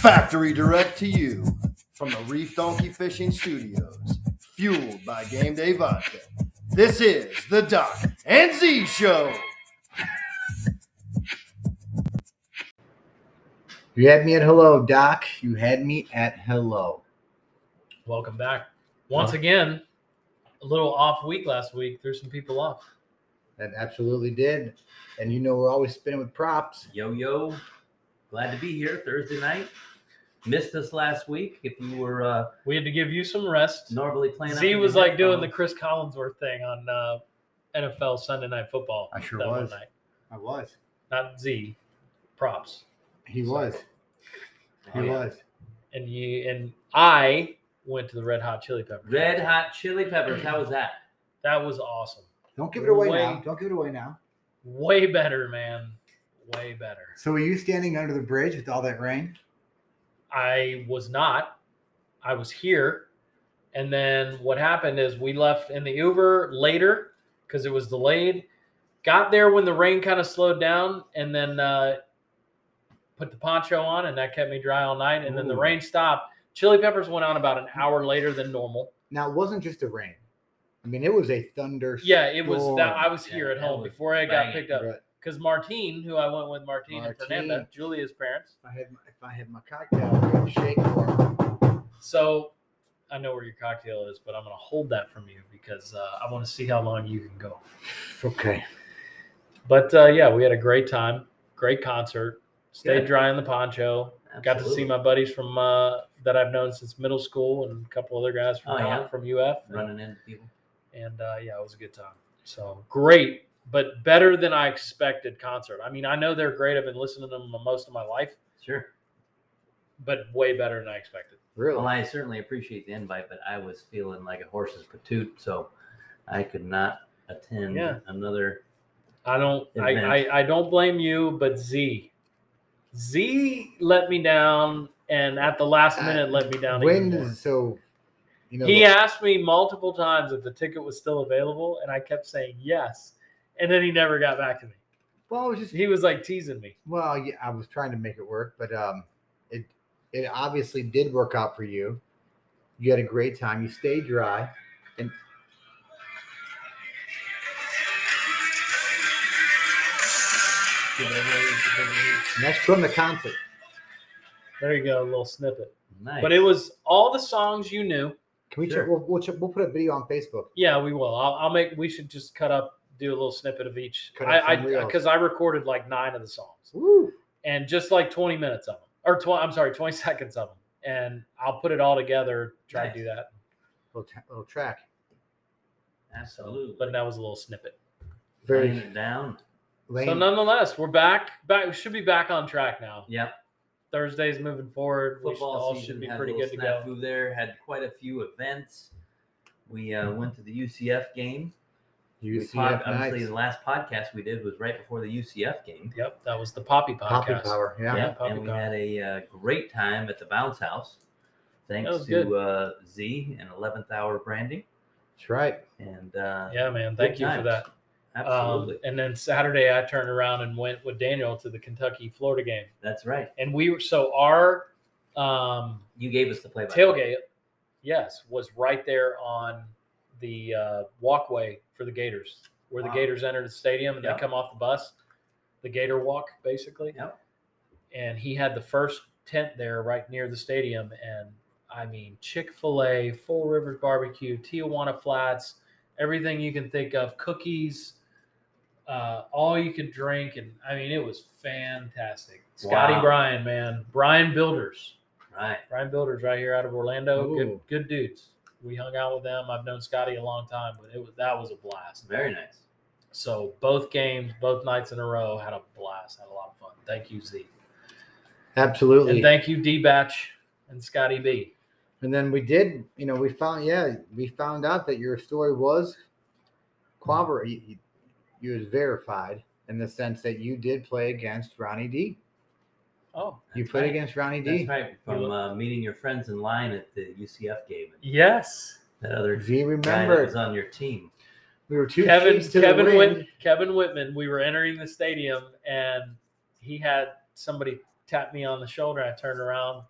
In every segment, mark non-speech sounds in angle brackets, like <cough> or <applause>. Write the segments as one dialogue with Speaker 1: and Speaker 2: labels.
Speaker 1: Factory direct to you from the Reef Donkey Fishing Studios, fueled by Game Day Vodka. This is the Doc and Z Show.
Speaker 2: You had me at hello, Doc. You had me at hello.
Speaker 3: Welcome back. Once again, a little off week last week, threw some people off.
Speaker 2: That absolutely did. And you know we're always spinning with props.
Speaker 4: Yo, yo. Glad to be here Thursday night. Missed us last week. If you were uh,
Speaker 3: We had to give you some rest.
Speaker 4: normally playing,
Speaker 3: Z was like doing the Chris Collinsworth thing on uh, NFL Sunday Night Football.
Speaker 2: I sure
Speaker 3: that one
Speaker 2: was.
Speaker 3: night.
Speaker 2: I was.
Speaker 3: Not Z, props.
Speaker 2: He was. He
Speaker 4: Oh,
Speaker 2: was.
Speaker 3: And you and I went to the Red Hot Chili Peppers.
Speaker 4: Red Hot Chili Peppers. How was that?
Speaker 3: That was awesome.
Speaker 2: Don't give it away
Speaker 3: Way-
Speaker 2: now. Don't give it away now.
Speaker 3: Way better, man. Way better.
Speaker 2: So were you standing under the bridge with all that rain?
Speaker 3: I was not. I was here. And then what happened is we left in the Uber later because it was delayed. Got there when the rain kind of slowed down and then uh, put the poncho on, and that kept me dry all night. And then the
Speaker 2: Ooh.
Speaker 3: rain stopped. Chili peppers went on about an hour later than normal.
Speaker 2: Now it wasn't just the rain. I mean, it was a thunder.
Speaker 3: Yeah, it was that I
Speaker 2: storm.
Speaker 3: was here
Speaker 4: Yeah,
Speaker 3: at
Speaker 4: that
Speaker 3: home
Speaker 4: was
Speaker 3: before I got
Speaker 4: banging.
Speaker 3: picked up
Speaker 2: But
Speaker 3: because Martine, who I went with, Martine, and
Speaker 2: Martine.
Speaker 3: Fernanda, Julia's parents.
Speaker 2: If I had my, if I had my cocktail, I would shake for
Speaker 3: So I know where your cocktail is, but I'm going to hold that from you because uh, I want to see how long you can go.
Speaker 2: it. Okay.
Speaker 3: But uh, yeah, we had a great time, great concert. Stayed
Speaker 4: Yeah.
Speaker 3: dry in the poncho. Got to see
Speaker 4: Absolutely.
Speaker 3: my buddies from uh, that I've known since middle school and a couple other guys from
Speaker 4: Oh,
Speaker 3: down-
Speaker 4: yeah.
Speaker 3: from UF.
Speaker 4: running into people.
Speaker 3: And uh, yeah, it was a good time. So great, but better than I expected concert. I mean, I know they're great. I've been listening to them most of my life,
Speaker 4: Sure.
Speaker 3: but way better than I expected.
Speaker 2: Really?
Speaker 4: Well, I certainly appreciate the invite, but I was feeling like a horse's patoot, so I could not attend
Speaker 3: Yeah.
Speaker 4: another.
Speaker 3: I don't I,
Speaker 4: Advantage.
Speaker 3: I I don't blame you, but Z. Z let me down and at the last
Speaker 2: Uh,
Speaker 3: minute let me down even
Speaker 2: When
Speaker 3: more.
Speaker 2: is so? You know.
Speaker 3: He asked me multiple times if the ticket was still available and I kept saying yes. And then he never got back to me.
Speaker 2: Well, it was just
Speaker 3: He was like teasing me.
Speaker 2: Well, yeah, I was trying to make it work, but um, it it obviously did work out for you. You had a great time. You stayed dry, and and that's from the concert.
Speaker 3: There you go, a little snippet.
Speaker 4: Nice.
Speaker 3: But it was all the songs you knew.
Speaker 2: Can we
Speaker 4: Sure.
Speaker 2: check? We'll, we'll, check, we'll put a video on Facebook.
Speaker 3: Yeah, we will. I'll, I'll make we should just cut up, do a little snippet of each.
Speaker 2: Cut up
Speaker 3: I
Speaker 2: some reels.
Speaker 3: because I recorded like nine of the songs.
Speaker 2: Woo!
Speaker 3: and just like 20 minutes of them or 20 i'm sorry 20 <laughs> seconds of them and i'll put it all together try to do that
Speaker 2: Little, t- little track.
Speaker 4: Absolutely.
Speaker 3: but that was a little snippet
Speaker 4: Laying
Speaker 2: Very
Speaker 4: it down.
Speaker 2: lame.
Speaker 3: so nonetheless we're back back we should be back on track now
Speaker 4: Yep.
Speaker 3: thursday's moving forward we should,
Speaker 4: football
Speaker 3: all
Speaker 4: season
Speaker 3: should be
Speaker 4: had a
Speaker 3: pretty good
Speaker 4: little
Speaker 3: to go
Speaker 4: snafu There had quite a few events. We uh, went to the UCF game. We
Speaker 2: UCF
Speaker 4: pod- obviously,
Speaker 2: Knights.
Speaker 4: the last podcast we did was right before the UCF game.
Speaker 3: yep that was the poppy
Speaker 2: Poppy
Speaker 3: podcast
Speaker 2: power. Yeah.
Speaker 3: Yeah.
Speaker 4: Yep,
Speaker 3: Poppy
Speaker 4: and we
Speaker 3: Power.
Speaker 4: had a uh, great time at the bounce house,
Speaker 3: That
Speaker 4: thanks
Speaker 3: was good.
Speaker 4: to uh, Z and Eleventh Hour Branding.
Speaker 2: that's right.
Speaker 4: And uh,
Speaker 3: yeah man thank
Speaker 4: Good
Speaker 3: you for
Speaker 4: times.
Speaker 3: that
Speaker 4: absolutely,
Speaker 3: Um, and then saturday i turned around and went with daniel to the kentucky florida game
Speaker 4: that's right.
Speaker 3: and we were so our um
Speaker 4: You gave us the play by
Speaker 3: tailgate yes was right there on the uh, walkway for the gators where the
Speaker 4: Wow.
Speaker 3: gators enter the stadium and
Speaker 4: Yep.
Speaker 3: they come off the bus the gator walk basically
Speaker 4: Yep.
Speaker 3: and he had the first tent there right near the stadium and i mean chick-fil-a full rivers barbecue tijuana flats everything you can think of cookies uh, all you could drink and i mean it was fantastic scotty
Speaker 4: Wow.
Speaker 3: bryan man brian builders
Speaker 4: Right.
Speaker 3: Brian Builders right here out of Orlando.
Speaker 2: Ooh.
Speaker 3: Good good dudes. We hung out with them. I've known Scotty a long time, but it was that was a blast.
Speaker 4: Very nice.
Speaker 3: So both games, both nights in a row, had a blast. Had a lot of fun. Thank you, Z.
Speaker 2: Absolutely.
Speaker 3: And thank you, D Batch and Scotty B.
Speaker 2: And then we did, you know, we found, yeah, we found out that your story was quabber. You, you- you was verified in the sense that you did play against Ronnie D.
Speaker 3: Oh.
Speaker 2: You
Speaker 4: That's
Speaker 2: played
Speaker 4: right.
Speaker 2: against Ronnie D.
Speaker 4: That's right. From uh, meeting your friends in line at the UCF game, and
Speaker 3: Yes.
Speaker 4: that other
Speaker 2: Z
Speaker 4: guy that was
Speaker 2: remembered.
Speaker 4: on your team.
Speaker 2: We were two
Speaker 3: Kevin
Speaker 2: sheets to
Speaker 3: Kevin
Speaker 2: the wind.
Speaker 3: Whitman Kevin Whitman. We were entering the stadium and he had somebody tapped me on the shoulder. I turned around,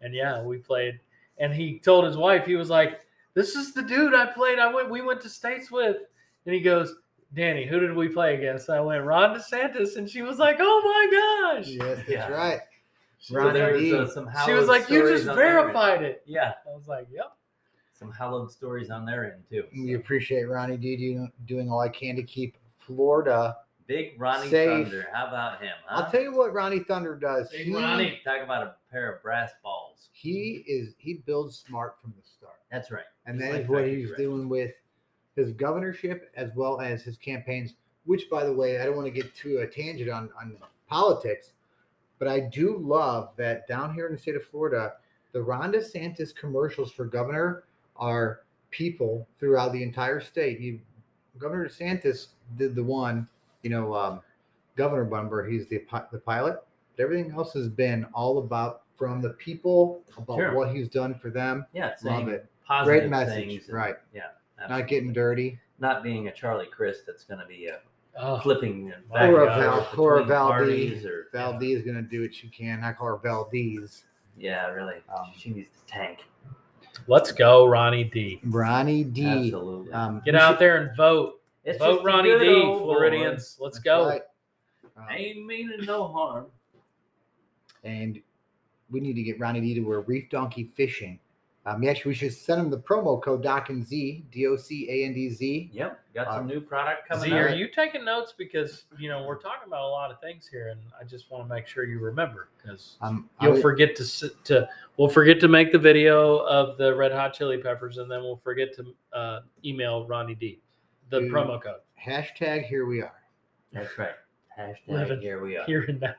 Speaker 3: and yeah, we played. And he told his wife, he was like, "This is the dude I played. I went. We went to states with." And he goes, "Danny, who did we play against?" I went, "Ron DeSantis," and she was like, "Oh my gosh!"
Speaker 2: Yes, that's
Speaker 4: Yeah.
Speaker 2: right.
Speaker 4: So
Speaker 2: Ron
Speaker 4: there's,
Speaker 2: indeed.
Speaker 4: uh, some
Speaker 3: she was
Speaker 4: hallowed
Speaker 3: like, "You
Speaker 4: stories
Speaker 3: just
Speaker 4: on their end."
Speaker 3: verified it."
Speaker 4: Yeah,
Speaker 3: I was like, "Yep."
Speaker 4: some hallowed stories on their end too.
Speaker 2: We appreciate Ronnie D do- doing all I can to keep Florida.
Speaker 4: Big Ronnie
Speaker 2: Safe.
Speaker 4: Thunder. How about him? Huh?
Speaker 2: I'll tell you what Ronnie Thunder does.
Speaker 3: Uh-huh. Big
Speaker 2: He-
Speaker 3: Ronnie.
Speaker 4: Talk about a pair of brass balls.
Speaker 2: He is he builds smart from the start.
Speaker 4: That's right.
Speaker 2: And
Speaker 4: Just
Speaker 2: that
Speaker 4: like
Speaker 2: is what
Speaker 4: Becky
Speaker 2: he's
Speaker 4: Drake.
Speaker 2: doing with his governorship as well as his campaigns, which, by the way, I don't want to get too a tangent on, on politics, but I do love that down here in the state of Florida, the Ron DeSantis commercials for governor are people throughout the entire state. You, Governor DeSantis did the one, you know, um, Governor Bumper, he's the, pi- the pilot, but everything else has been all about from the people, about
Speaker 4: Sure.
Speaker 2: what he's done for them.
Speaker 4: Yeah,
Speaker 2: Love
Speaker 4: saying
Speaker 2: it
Speaker 4: positive
Speaker 2: Great message,
Speaker 4: things. and-
Speaker 2: right.
Speaker 4: Yeah.
Speaker 2: not
Speaker 4: absolutely.
Speaker 2: getting dirty.
Speaker 4: not being a Charlie Crist that's going to be a
Speaker 3: Oh,
Speaker 4: flipping and
Speaker 3: Or
Speaker 4: back
Speaker 3: a
Speaker 4: and
Speaker 3: Val-
Speaker 4: forth
Speaker 2: or a
Speaker 4: between
Speaker 2: Valdez.
Speaker 4: parties or
Speaker 2: Valdez is gonna do what she can. I call her Valdez.
Speaker 4: yeah, really.
Speaker 2: Um,
Speaker 4: she needs to tank.
Speaker 3: let's go, Ronnie D.
Speaker 2: Ronnie D.
Speaker 4: Absolutely.
Speaker 2: Um,
Speaker 3: Get
Speaker 2: we
Speaker 3: out
Speaker 2: should-
Speaker 3: there and vote.
Speaker 4: It's
Speaker 3: vote
Speaker 4: just a
Speaker 3: Ronnie
Speaker 4: good
Speaker 3: D.
Speaker 4: old boy.
Speaker 3: Floridians, let's
Speaker 2: That's
Speaker 3: go.
Speaker 2: right. Um,
Speaker 4: I ain't meaning no harm.
Speaker 2: and we need to get Ronnie D to where Reef Donkey Fishing. Um, yeah, actually, we should send him the promo code Doc and Z D O C A N D Z.
Speaker 4: Yep, got
Speaker 2: Uh,
Speaker 4: some new product coming
Speaker 3: Z, are
Speaker 4: out.
Speaker 3: you taking notes? Because you know we're talking about a lot of things here, and I just want to make sure you remember because
Speaker 2: Um, I
Speaker 3: you'll
Speaker 2: would-
Speaker 3: forget to s- to we'll forget to make the video of the Red Hot Chili Peppers, and then we'll forget to uh, email Ronnie D the
Speaker 2: Dude.
Speaker 3: promo code
Speaker 2: hashtag here we are
Speaker 4: That's right. Hashtag
Speaker 3: Living
Speaker 4: here we are.
Speaker 3: here and now.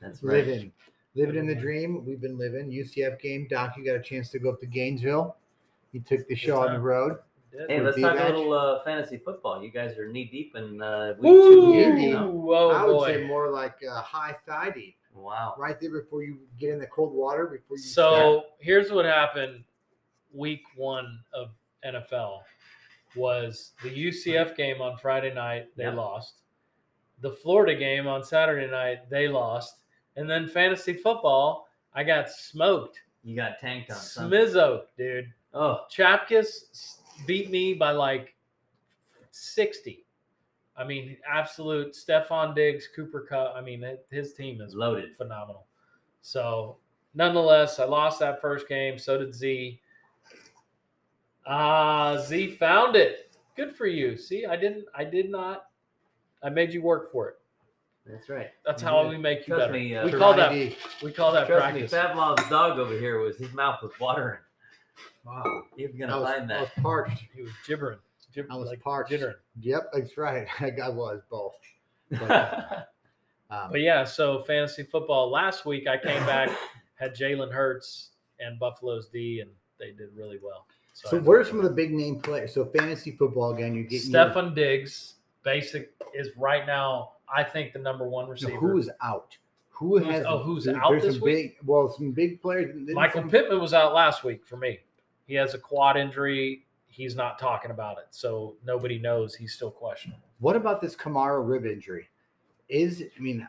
Speaker 4: That's right.
Speaker 2: living, living in the dream. We've been living. UCF game, Doc. You got a chance to go up to Gainesville. You took the show on the
Speaker 3: time.
Speaker 2: road.
Speaker 4: Hey,
Speaker 2: With
Speaker 4: let's talk
Speaker 2: B-Match.
Speaker 4: a little uh, fantasy football. You guys are knee deep in uh, week
Speaker 3: Ooh,
Speaker 4: two.
Speaker 2: Ooh.
Speaker 4: You know?
Speaker 2: I
Speaker 3: whoa,
Speaker 2: would
Speaker 3: Oh, boy.
Speaker 2: say more like uh, high thigh deep,
Speaker 4: Wow.
Speaker 2: right there before you get in the cold water. Before you start.
Speaker 3: So here's what happened week one of NFL was the UCF game on Friday night, they
Speaker 4: Yeah.
Speaker 3: lost. The Florida game on Saturday night, they lost. And then fantasy football, I got smoked.
Speaker 4: You got tanked on something.
Speaker 3: Smizzo, dude.
Speaker 4: Oh,
Speaker 3: Chapkus s- beat me by like 60. I mean, absolute Stefan Diggs, Cooper Cup. I mean, it- his team is
Speaker 4: loaded.
Speaker 3: phenomenal. So, nonetheless, I lost that first game. So did Z. Ah, Z found it. Good for you. See, I didn't. I did not. I made you work for it.
Speaker 4: That's right.
Speaker 3: That's
Speaker 4: You
Speaker 3: how
Speaker 4: did.
Speaker 3: we make you
Speaker 4: Trust
Speaker 3: better.
Speaker 4: me, uh,
Speaker 3: we call
Speaker 2: Ronnie
Speaker 3: that.
Speaker 2: D.
Speaker 3: We call that
Speaker 4: Trust
Speaker 3: practice.
Speaker 4: me, Pavlov's dog over here was his mouth was watering.
Speaker 2: Wow.
Speaker 4: He's gonna
Speaker 2: I was,
Speaker 4: find <laughs>
Speaker 2: I
Speaker 4: that.
Speaker 2: was parched.
Speaker 3: He was gibbering. Gib-
Speaker 2: I was
Speaker 3: like
Speaker 2: parched.
Speaker 3: gibbering.
Speaker 2: Yep, that's right. <laughs> I got- was both.
Speaker 3: <laughs>
Speaker 2: Um,
Speaker 3: But yeah, so fantasy football last week, I came back, had Jalen Hurts and Buffalo's D, and they did really well.
Speaker 2: so, what are some of the big name players? So, fantasy football again. You're getting your-
Speaker 3: Stefan Diggs, basic is right now, I think, the number one
Speaker 2: so
Speaker 3: receiver.
Speaker 2: who is out? Who
Speaker 3: Who's-
Speaker 2: has?
Speaker 3: oh, who's
Speaker 2: there-
Speaker 3: out
Speaker 2: there's
Speaker 3: this
Speaker 2: some
Speaker 3: week?
Speaker 2: Big, well, some big players. didn't
Speaker 3: Michael
Speaker 2: some-
Speaker 3: Pittman was out last week for me. He has a quad injury. He's not talking about it, so nobody knows he's still questionable.
Speaker 2: What about this Kamara rib injury? Is I mean,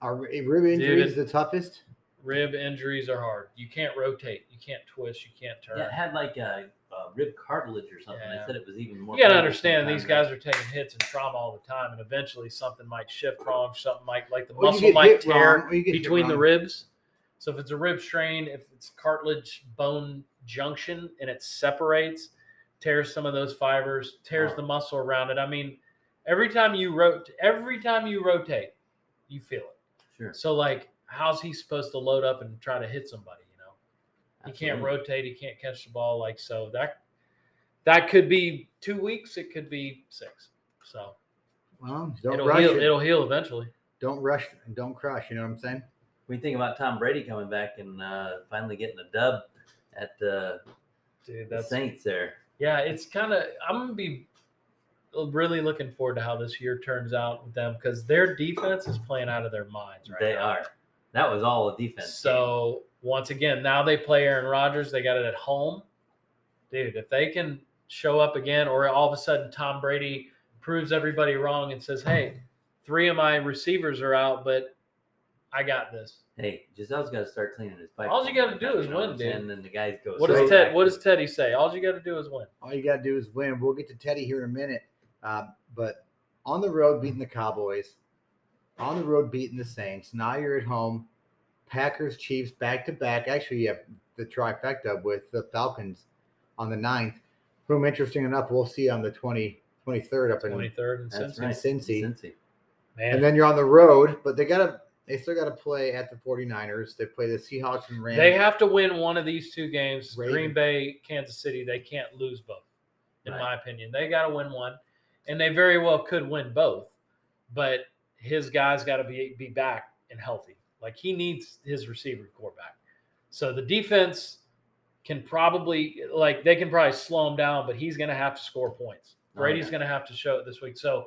Speaker 2: are rib injury
Speaker 3: Dude,
Speaker 2: is the toughest?
Speaker 3: Rib injuries are hard. You can't rotate. You can't twist. You can't turn.
Speaker 4: Yeah, it had like a, a rib cartilage or something. They
Speaker 3: Yeah.
Speaker 4: said it was even more.
Speaker 3: You gotta
Speaker 4: painful
Speaker 3: understand these
Speaker 4: sometimes.
Speaker 3: guys are taking hits and trauma all the time, and eventually something might shift wrong. Something might like the
Speaker 2: Or you
Speaker 3: muscle
Speaker 2: get
Speaker 3: might
Speaker 2: hit
Speaker 3: tear
Speaker 2: wrong, or you get hit
Speaker 3: between the
Speaker 2: wrong.
Speaker 3: ribs. So if it's a rib strain, if it's cartilage bone junction and it separates, tears some of those fibers, tears
Speaker 2: Oh.
Speaker 4: Wow.
Speaker 3: the muscle around it. I mean, every time you rot, every time you rotate, you feel it.
Speaker 4: Sure.
Speaker 3: So like, how's he supposed to load up and try to hit somebody? You know. He can't
Speaker 4: Absolutely.
Speaker 3: rotate. He can't catch the ball. Like so that that could be two weeks. It could be six. So
Speaker 2: Well, don't
Speaker 3: it'll
Speaker 2: rush
Speaker 3: heal.
Speaker 2: it.
Speaker 3: It'll heal eventually.
Speaker 2: Don't rush and don't crush. You know what I'm saying?
Speaker 4: We think about Tom Brady coming back and uh, finally getting a dub at uh, the,
Speaker 3: Dude,
Speaker 4: the Saints there.
Speaker 3: yeah. It's kind of I'm gonna be really looking forward to how this year turns out with them because their defense is playing out of their minds right
Speaker 4: They
Speaker 3: now.
Speaker 4: are. That was all a defense.
Speaker 3: So once again, now they play Aaron Rodgers. They got it at home. Dude, if they can show up again, or all of a sudden Tom Brady proves everybody wrong and says, "Hey, three of my receivers are out, but I got this.
Speaker 4: Hey, Giselle's got to start cleaning his pipe.
Speaker 3: All you gotta do is
Speaker 4: You know what
Speaker 3: win,
Speaker 4: I'm saying?
Speaker 3: dude.
Speaker 4: And then the guys go.
Speaker 3: What
Speaker 2: So-
Speaker 3: does
Speaker 4: straight
Speaker 3: Ted?
Speaker 4: back
Speaker 3: What
Speaker 4: to
Speaker 3: does Teddy say? All you got to do is win.
Speaker 2: All you got to do is win. We'll get to Teddy here in a minute. Uh, but on the road, beating the Cowboys, on the road, beating the Saints. Now you're at home. Packers, Chiefs, back to back. Actually, you have the trifecta with the Falcons on the 9th, whom, interesting enough, we'll see on the 20, 23rd up in.
Speaker 3: Twenty third and
Speaker 4: That's
Speaker 3: Cincy.
Speaker 4: right.
Speaker 2: Cincy.
Speaker 4: Cincy.
Speaker 3: Man,
Speaker 2: And then you're on the road, but they got to. They still got to play at the 49ers. They play the Seahawks and Rams.
Speaker 3: they have to win one of these two games.
Speaker 2: Raven.
Speaker 3: Green Bay, Kansas City. They can't lose both, in
Speaker 4: Right.
Speaker 3: my opinion. They got to win one, and they very well could win both. But his guys got to be be back and healthy. Like he needs his receiver core back. So the defense can probably like they can probably slow him down, but he's going to have to score points.
Speaker 4: Oh,
Speaker 3: Brady's
Speaker 4: yeah.
Speaker 3: going to have to show it this week. So.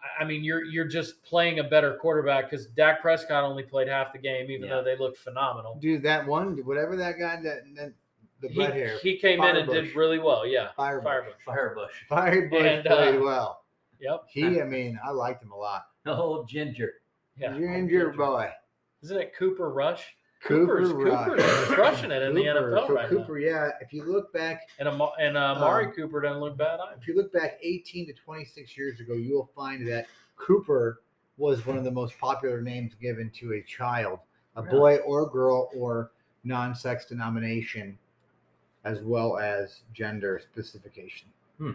Speaker 3: I- I mean, you're you're just playing a better quarterback because Dak Prescott only played half the game, even
Speaker 4: Yeah.
Speaker 3: though they looked phenomenal
Speaker 2: do that one, whatever that guy that, that the
Speaker 3: he,
Speaker 2: red hair
Speaker 3: he came in and did
Speaker 2: Firebush.
Speaker 3: really well. Yeah.
Speaker 2: Firebush.
Speaker 3: Firebush.
Speaker 4: Firebush. <laughs>
Speaker 2: Firebush
Speaker 3: And, uh,
Speaker 2: played well.
Speaker 3: Yep.
Speaker 2: He, I mean, I liked him a lot.
Speaker 4: Oh, Ginger.
Speaker 3: Yeah.
Speaker 2: You're injured, boy.
Speaker 3: Isn't it Cooper Rush?
Speaker 2: Cooper
Speaker 3: Cooper's Cooper's
Speaker 2: Rush.
Speaker 3: crushing it in the
Speaker 2: Cooper,
Speaker 3: NFL
Speaker 2: so
Speaker 3: right now.
Speaker 2: Cooper, yeah. If you look back,
Speaker 3: And Ama- and uh,
Speaker 2: Um,
Speaker 3: Amari Cooper doesn't look bad either.
Speaker 2: if you look back 18 to 26 years ago, you will find that Cooper was one of the most popular names given to a child, a boy or girl or non-sex denomination, as well as gender specification.
Speaker 4: Hmm.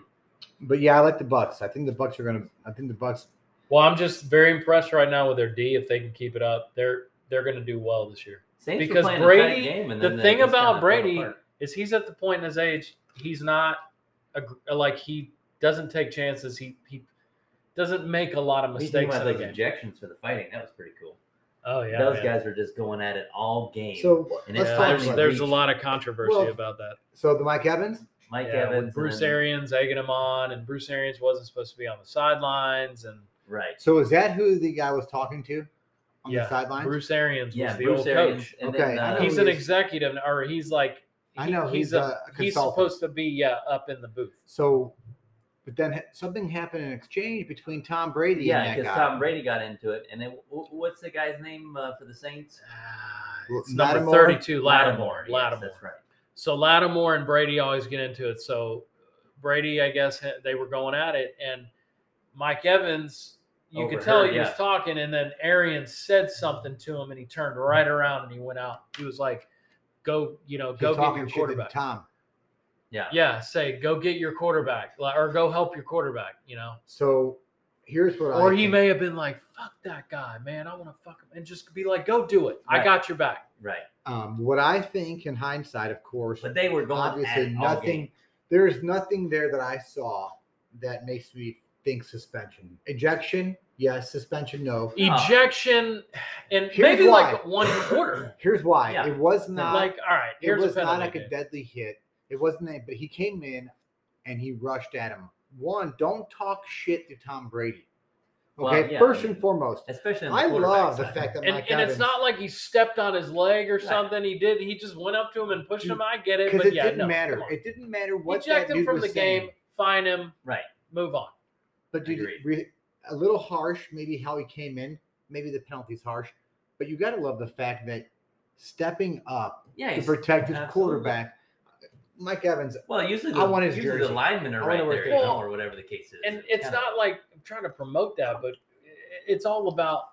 Speaker 2: But yeah, I like the Bucks. I think the Bucks are gonna. I think the Bucks.
Speaker 3: Well, I'm just very impressed right now with their D. If they can keep it up, they're they're going to do well this year.
Speaker 4: Saints were
Speaker 3: Because
Speaker 4: playing a
Speaker 3: Brady-
Speaker 4: tight game and
Speaker 3: the
Speaker 4: then they
Speaker 3: thing
Speaker 4: just
Speaker 3: about
Speaker 4: kinda fell
Speaker 3: Brady-
Speaker 4: apart.
Speaker 3: Is he's at the point in his age he's not a, gr- like he doesn't take chances. He he doesn't make a lot of
Speaker 4: What do you think
Speaker 3: mistakes in
Speaker 4: about
Speaker 3: the
Speaker 4: those
Speaker 3: game.
Speaker 4: injections for the fighting. That was pretty cool.
Speaker 3: Oh yeah.
Speaker 4: those
Speaker 3: man.
Speaker 4: guys were just going at it all game.
Speaker 2: So
Speaker 4: And
Speaker 2: let's
Speaker 3: Yeah,
Speaker 2: talk.
Speaker 3: there's,
Speaker 2: about-
Speaker 3: there's a lot of controversy
Speaker 2: Well,
Speaker 3: about that.
Speaker 2: So the Mike Evans.
Speaker 4: Mike
Speaker 3: Yeah, with
Speaker 4: Evans, and
Speaker 3: Bruce
Speaker 4: then-
Speaker 3: Arians egging him on, and Bruce Arians wasn't supposed to be on the sidelines, and
Speaker 4: right?
Speaker 2: So is that who the guy was talking to on
Speaker 3: Yeah,
Speaker 2: the sidelines?
Speaker 3: Bruce Arians
Speaker 4: Yeah,
Speaker 3: was the
Speaker 4: Bruce
Speaker 3: old
Speaker 4: Arians,
Speaker 3: coach.
Speaker 4: and
Speaker 2: Okay,
Speaker 4: then
Speaker 2: I
Speaker 4: uh,
Speaker 2: know
Speaker 3: He's
Speaker 2: who
Speaker 3: an
Speaker 2: he is.
Speaker 3: executive, or he's like
Speaker 2: I
Speaker 3: he-
Speaker 2: know he's,
Speaker 3: he's
Speaker 2: a, consultant.
Speaker 3: he's supposed to be yeah up in the booth.
Speaker 2: so, but then ha- something happened in exchange between Tom Brady
Speaker 4: yeah,
Speaker 2: and that
Speaker 4: because
Speaker 2: guy.
Speaker 4: Tom Brady got into it. And then wh- wh- what's the guy's name uh, for the Saints?
Speaker 2: Well,
Speaker 3: It's number
Speaker 2: Lattimore-
Speaker 3: thirty-two, Lattimore. Lattimore.
Speaker 4: Yes, that's right.
Speaker 3: So Lattimore and Brady always get into it. So Brady, I guess ha- they were going at it, and Mike Evans, you could tell
Speaker 4: Overheard,
Speaker 3: he was
Speaker 4: yeah.
Speaker 3: talking, and then Arians said something to him, and he turned right around and he went out. He was like, "Go, you know,
Speaker 2: He's
Speaker 3: go get
Speaker 2: talking
Speaker 3: your
Speaker 2: shit to
Speaker 3: quarterback."
Speaker 2: Tom.
Speaker 4: Yeah,
Speaker 3: Yeah, say, "Go get your quarterback," like, or "Go help your quarterback," you know.
Speaker 2: So here's what.
Speaker 3: Or
Speaker 2: I
Speaker 3: he
Speaker 2: think.
Speaker 3: may have been like, "Fuck that guy, man! I want to fuck him," and just be like, "Go do it. I
Speaker 4: Right.
Speaker 3: got your back."
Speaker 4: right.
Speaker 2: Um, what I think, in hindsight, of course,
Speaker 4: But they were going
Speaker 2: obviously
Speaker 4: at it all
Speaker 2: nothing.
Speaker 4: game.
Speaker 2: There's nothing there that I saw that makes me think suspension, ejection. Yes, suspension. No.
Speaker 4: Yeah.
Speaker 3: Ejection, and
Speaker 2: Here's
Speaker 3: maybe like
Speaker 2: why.
Speaker 3: one quarter.
Speaker 2: Here's why.
Speaker 4: Yeah.
Speaker 2: It was not
Speaker 3: like, all right,
Speaker 2: it
Speaker 3: here's
Speaker 2: was
Speaker 3: a
Speaker 2: not
Speaker 3: penalty.
Speaker 2: like a
Speaker 3: dude.
Speaker 2: deadly hit. It wasn't a, but he came in and he rushed at him. One, don't talk shit to Tom Brady.
Speaker 4: Well,
Speaker 2: Okay,
Speaker 4: yeah,
Speaker 2: first
Speaker 4: I mean,
Speaker 2: and foremost,
Speaker 4: especially. on the
Speaker 2: I love
Speaker 4: quarterback
Speaker 2: the
Speaker 4: side.
Speaker 2: fact that
Speaker 3: and,
Speaker 2: Mike
Speaker 3: and
Speaker 2: Evans,
Speaker 3: it's not like he stepped on his leg or
Speaker 4: Right.
Speaker 3: something. He did. He just went up to him and pushed him. I get it,
Speaker 2: because
Speaker 3: but
Speaker 2: it
Speaker 3: yeah,
Speaker 2: didn't
Speaker 3: no,
Speaker 2: matter.
Speaker 3: come on.
Speaker 2: It didn't matter what
Speaker 3: Eject
Speaker 2: that
Speaker 3: him
Speaker 2: dude
Speaker 3: from the
Speaker 2: was saying.
Speaker 3: game. Fine him.
Speaker 4: right?
Speaker 3: Move on.
Speaker 2: But dude,
Speaker 4: Agreed.
Speaker 2: re- a little harsh, maybe how he came in. Maybe the penalty's harsh, but you got to love the fact that stepping up
Speaker 4: Yeah,
Speaker 2: to
Speaker 4: he's-
Speaker 2: protect his
Speaker 4: absolutely.
Speaker 2: quarterback, Mike Evans.
Speaker 4: Well, usually the,
Speaker 2: I want his
Speaker 4: usually the
Speaker 2: jersey.
Speaker 4: linemen are
Speaker 2: I wanna
Speaker 4: right
Speaker 2: wear
Speaker 4: there,
Speaker 2: it.
Speaker 4: you know,
Speaker 3: Well,
Speaker 4: or whatever the case is.
Speaker 3: And it's
Speaker 4: kinda-
Speaker 3: not like I'm trying to promote that, but it's all about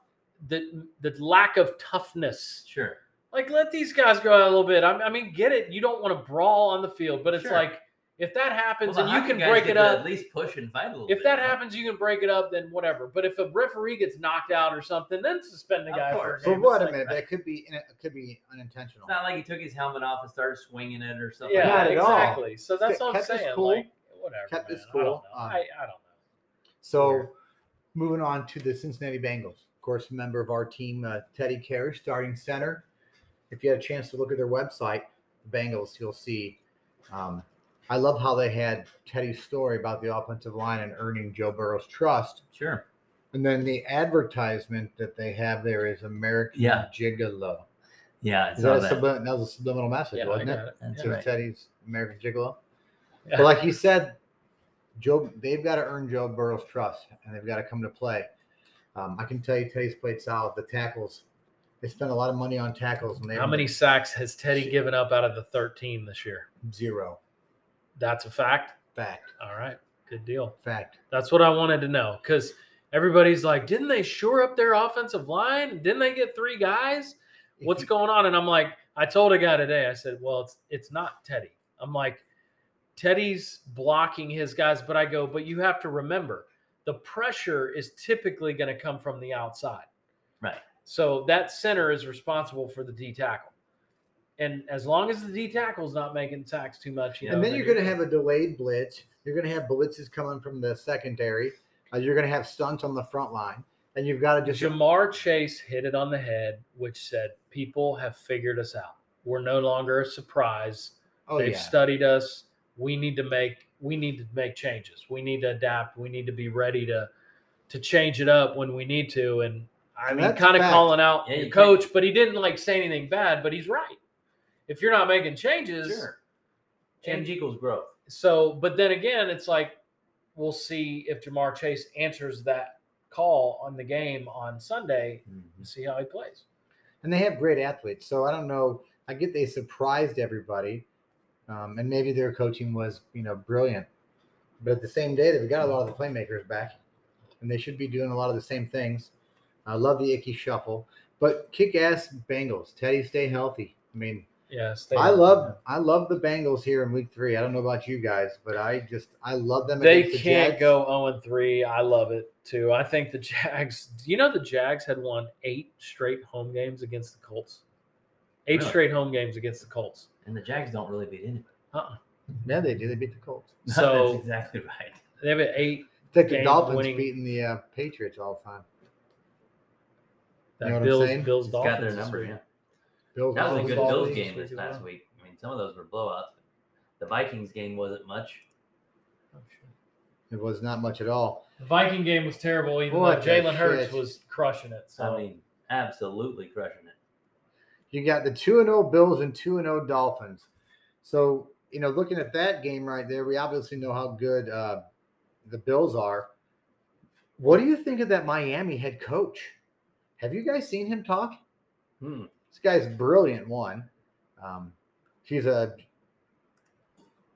Speaker 3: the the lack of toughness.
Speaker 4: sure.
Speaker 3: Like let these guys go out a little bit. I, I mean, get it. You don't want to brawl on the field, but it's
Speaker 4: Sure.
Speaker 3: like if that happens
Speaker 4: Well,
Speaker 3: and
Speaker 4: the hockey
Speaker 3: you can
Speaker 4: guys
Speaker 3: break
Speaker 4: get
Speaker 3: it
Speaker 4: to
Speaker 3: up,
Speaker 4: at least push and fight a little.
Speaker 3: If
Speaker 4: bit,
Speaker 3: that
Speaker 4: you know?
Speaker 3: happens, you can break it up, then whatever. But if a referee gets knocked out or something, then suspend the
Speaker 4: Of
Speaker 3: guy. For
Speaker 4: course.
Speaker 3: a
Speaker 2: But
Speaker 3: game.
Speaker 2: what
Speaker 3: It's
Speaker 2: a
Speaker 3: like-
Speaker 2: minute, that could be it could be unintentional.
Speaker 4: it's not like he took his helmet off and started swinging it or something.
Speaker 3: Yeah,
Speaker 4: like
Speaker 2: Not
Speaker 4: that.
Speaker 2: at all.
Speaker 3: exactly. So that's
Speaker 2: Kept
Speaker 3: what I'm
Speaker 2: us
Speaker 3: saying.
Speaker 2: cool.
Speaker 3: Like, whatever.
Speaker 2: Kept
Speaker 3: man.
Speaker 2: us
Speaker 3: I don't know.
Speaker 2: cool. Um,
Speaker 3: I, I don't know.
Speaker 2: So,
Speaker 3: Sure.
Speaker 2: moving on to the Cincinnati Bengals. Of course, a member of our team, uh, Teddy Kerr, starting center. If you had a chance to look at their website, the Bengals, you'll see. Um, I love how they had Teddy's story about the offensive line and earning Joe Burrow's trust.
Speaker 4: Sure.
Speaker 2: And then the advertisement that they have there is American
Speaker 4: Yeah.
Speaker 2: Gigolo.
Speaker 4: Yeah,
Speaker 2: Is
Speaker 4: it's
Speaker 2: that,
Speaker 4: all
Speaker 2: a
Speaker 4: that.
Speaker 2: sublim- that was a subliminal message,
Speaker 3: Yeah, I
Speaker 2: wasn't it?
Speaker 3: got it.
Speaker 4: That's
Speaker 2: It was
Speaker 4: right.
Speaker 2: Teddy's American Gigolo.
Speaker 3: Yeah.
Speaker 2: But like you said, Joe, they've got to earn Joe Burrow's trust, and they've got to come to play. Um, I can tell you, Teddy's played solid. The tackles They spent a lot of money on tackles, and they
Speaker 3: How many sacks has Teddy given up out of the 13 this year?
Speaker 2: zero
Speaker 3: That's a fact.
Speaker 2: fact
Speaker 3: All right. Good deal.
Speaker 2: fact.
Speaker 3: That's what I wanted to know because everybody's like, didn't they shore up their offensive line? Didn't they get three guys?
Speaker 2: If
Speaker 3: What's
Speaker 2: you-
Speaker 3: going on? And I'm like, I told a guy today, I said, well, it's it's not Teddy. I'm like, Teddy's blocking his guys, but I go, but you have to remember the pressure is typically going to come from the outside.
Speaker 4: Right.
Speaker 3: So that center is responsible for the D tackle. And as long as the D tackle's not making sacks too much, you know,
Speaker 2: and then you're going to have a delayed blitz. You're going to have blitzes coming from the secondary. Uh, you're going to have stunts on the front line, and you've got to just
Speaker 3: Jamar Chase hit it on the head, which said, People have figured us out. We're no longer a surprise.
Speaker 2: oh
Speaker 3: They've
Speaker 2: yeah,
Speaker 3: studied us. We need to make we need to make changes. We need to adapt. We need to be ready to to change it up when we need to. And I
Speaker 2: And
Speaker 3: mean,
Speaker 2: that's
Speaker 3: kind of
Speaker 2: fact.
Speaker 3: calling out
Speaker 4: Yeah,
Speaker 3: your
Speaker 4: you
Speaker 3: coach, but he didn't like say anything bad. But he's right. If you're not making changes,
Speaker 4: Sure. Change equals growth.
Speaker 3: so, but then again, it's like we'll see if Jamar Chase answers that call on the game on Sunday
Speaker 2: Mm-hmm.
Speaker 3: and see how he plays.
Speaker 2: and they have great athletes. So I don't know. I get they surprised everybody, um, and maybe their coaching was you know brilliant, but at the same day they've got a lot of the playmakers back, and they should be doing a lot of the same things. I love the icky shuffle, but kick ass Bengals. Teddy, stay healthy. I mean,
Speaker 3: Yes,
Speaker 2: I love I love the Bengals here in week three. I don't know about you guys, but I just I love them.
Speaker 3: They
Speaker 2: against the
Speaker 3: can't
Speaker 2: Jags.
Speaker 3: go zero and three. I love it too. I think the Jags. <laughs> You know, the Jags had won eight straight home games against the Colts. Eight
Speaker 4: Really?
Speaker 3: straight home games against the Colts.
Speaker 4: And the Jags don't really beat anybody. <laughs>
Speaker 3: Uh-uh.
Speaker 2: Yeah, they do. They beat the Colts.
Speaker 3: So-
Speaker 4: that's exactly right.
Speaker 3: They have an eight.
Speaker 2: It's like the
Speaker 3: Game
Speaker 2: Dolphins
Speaker 3: winning-
Speaker 2: beating the uh, Patriots all the time.
Speaker 3: That
Speaker 2: You know what I'm
Speaker 3: Bills,
Speaker 2: saying?
Speaker 3: Bills,
Speaker 4: It's
Speaker 3: Dolphins.
Speaker 4: got their
Speaker 3: this
Speaker 4: number.
Speaker 3: week.
Speaker 4: Yeah.
Speaker 2: Bills
Speaker 4: That was a
Speaker 2: always
Speaker 4: good
Speaker 2: fall
Speaker 4: Bills
Speaker 2: lead.
Speaker 4: game
Speaker 3: week
Speaker 4: this
Speaker 3: as
Speaker 4: past
Speaker 3: well.
Speaker 4: week. I mean, some of those were blowouts. The Vikings game wasn't much.
Speaker 2: It was not much at all.
Speaker 3: The Viking game was terrible, even
Speaker 2: What
Speaker 3: though
Speaker 2: the
Speaker 3: Jalen Hurts
Speaker 2: shit.
Speaker 3: was crushing it. So
Speaker 4: I mean, absolutely crushing it.
Speaker 2: You got the two and zero Bills and two and zero Dolphins. So you know, looking at that game right there, we obviously know how good uh, the Bills are. What do you think of that Miami head coach? Have you guys seen him talk?
Speaker 4: Hmm.
Speaker 2: This guy's brilliant. One, um, he's a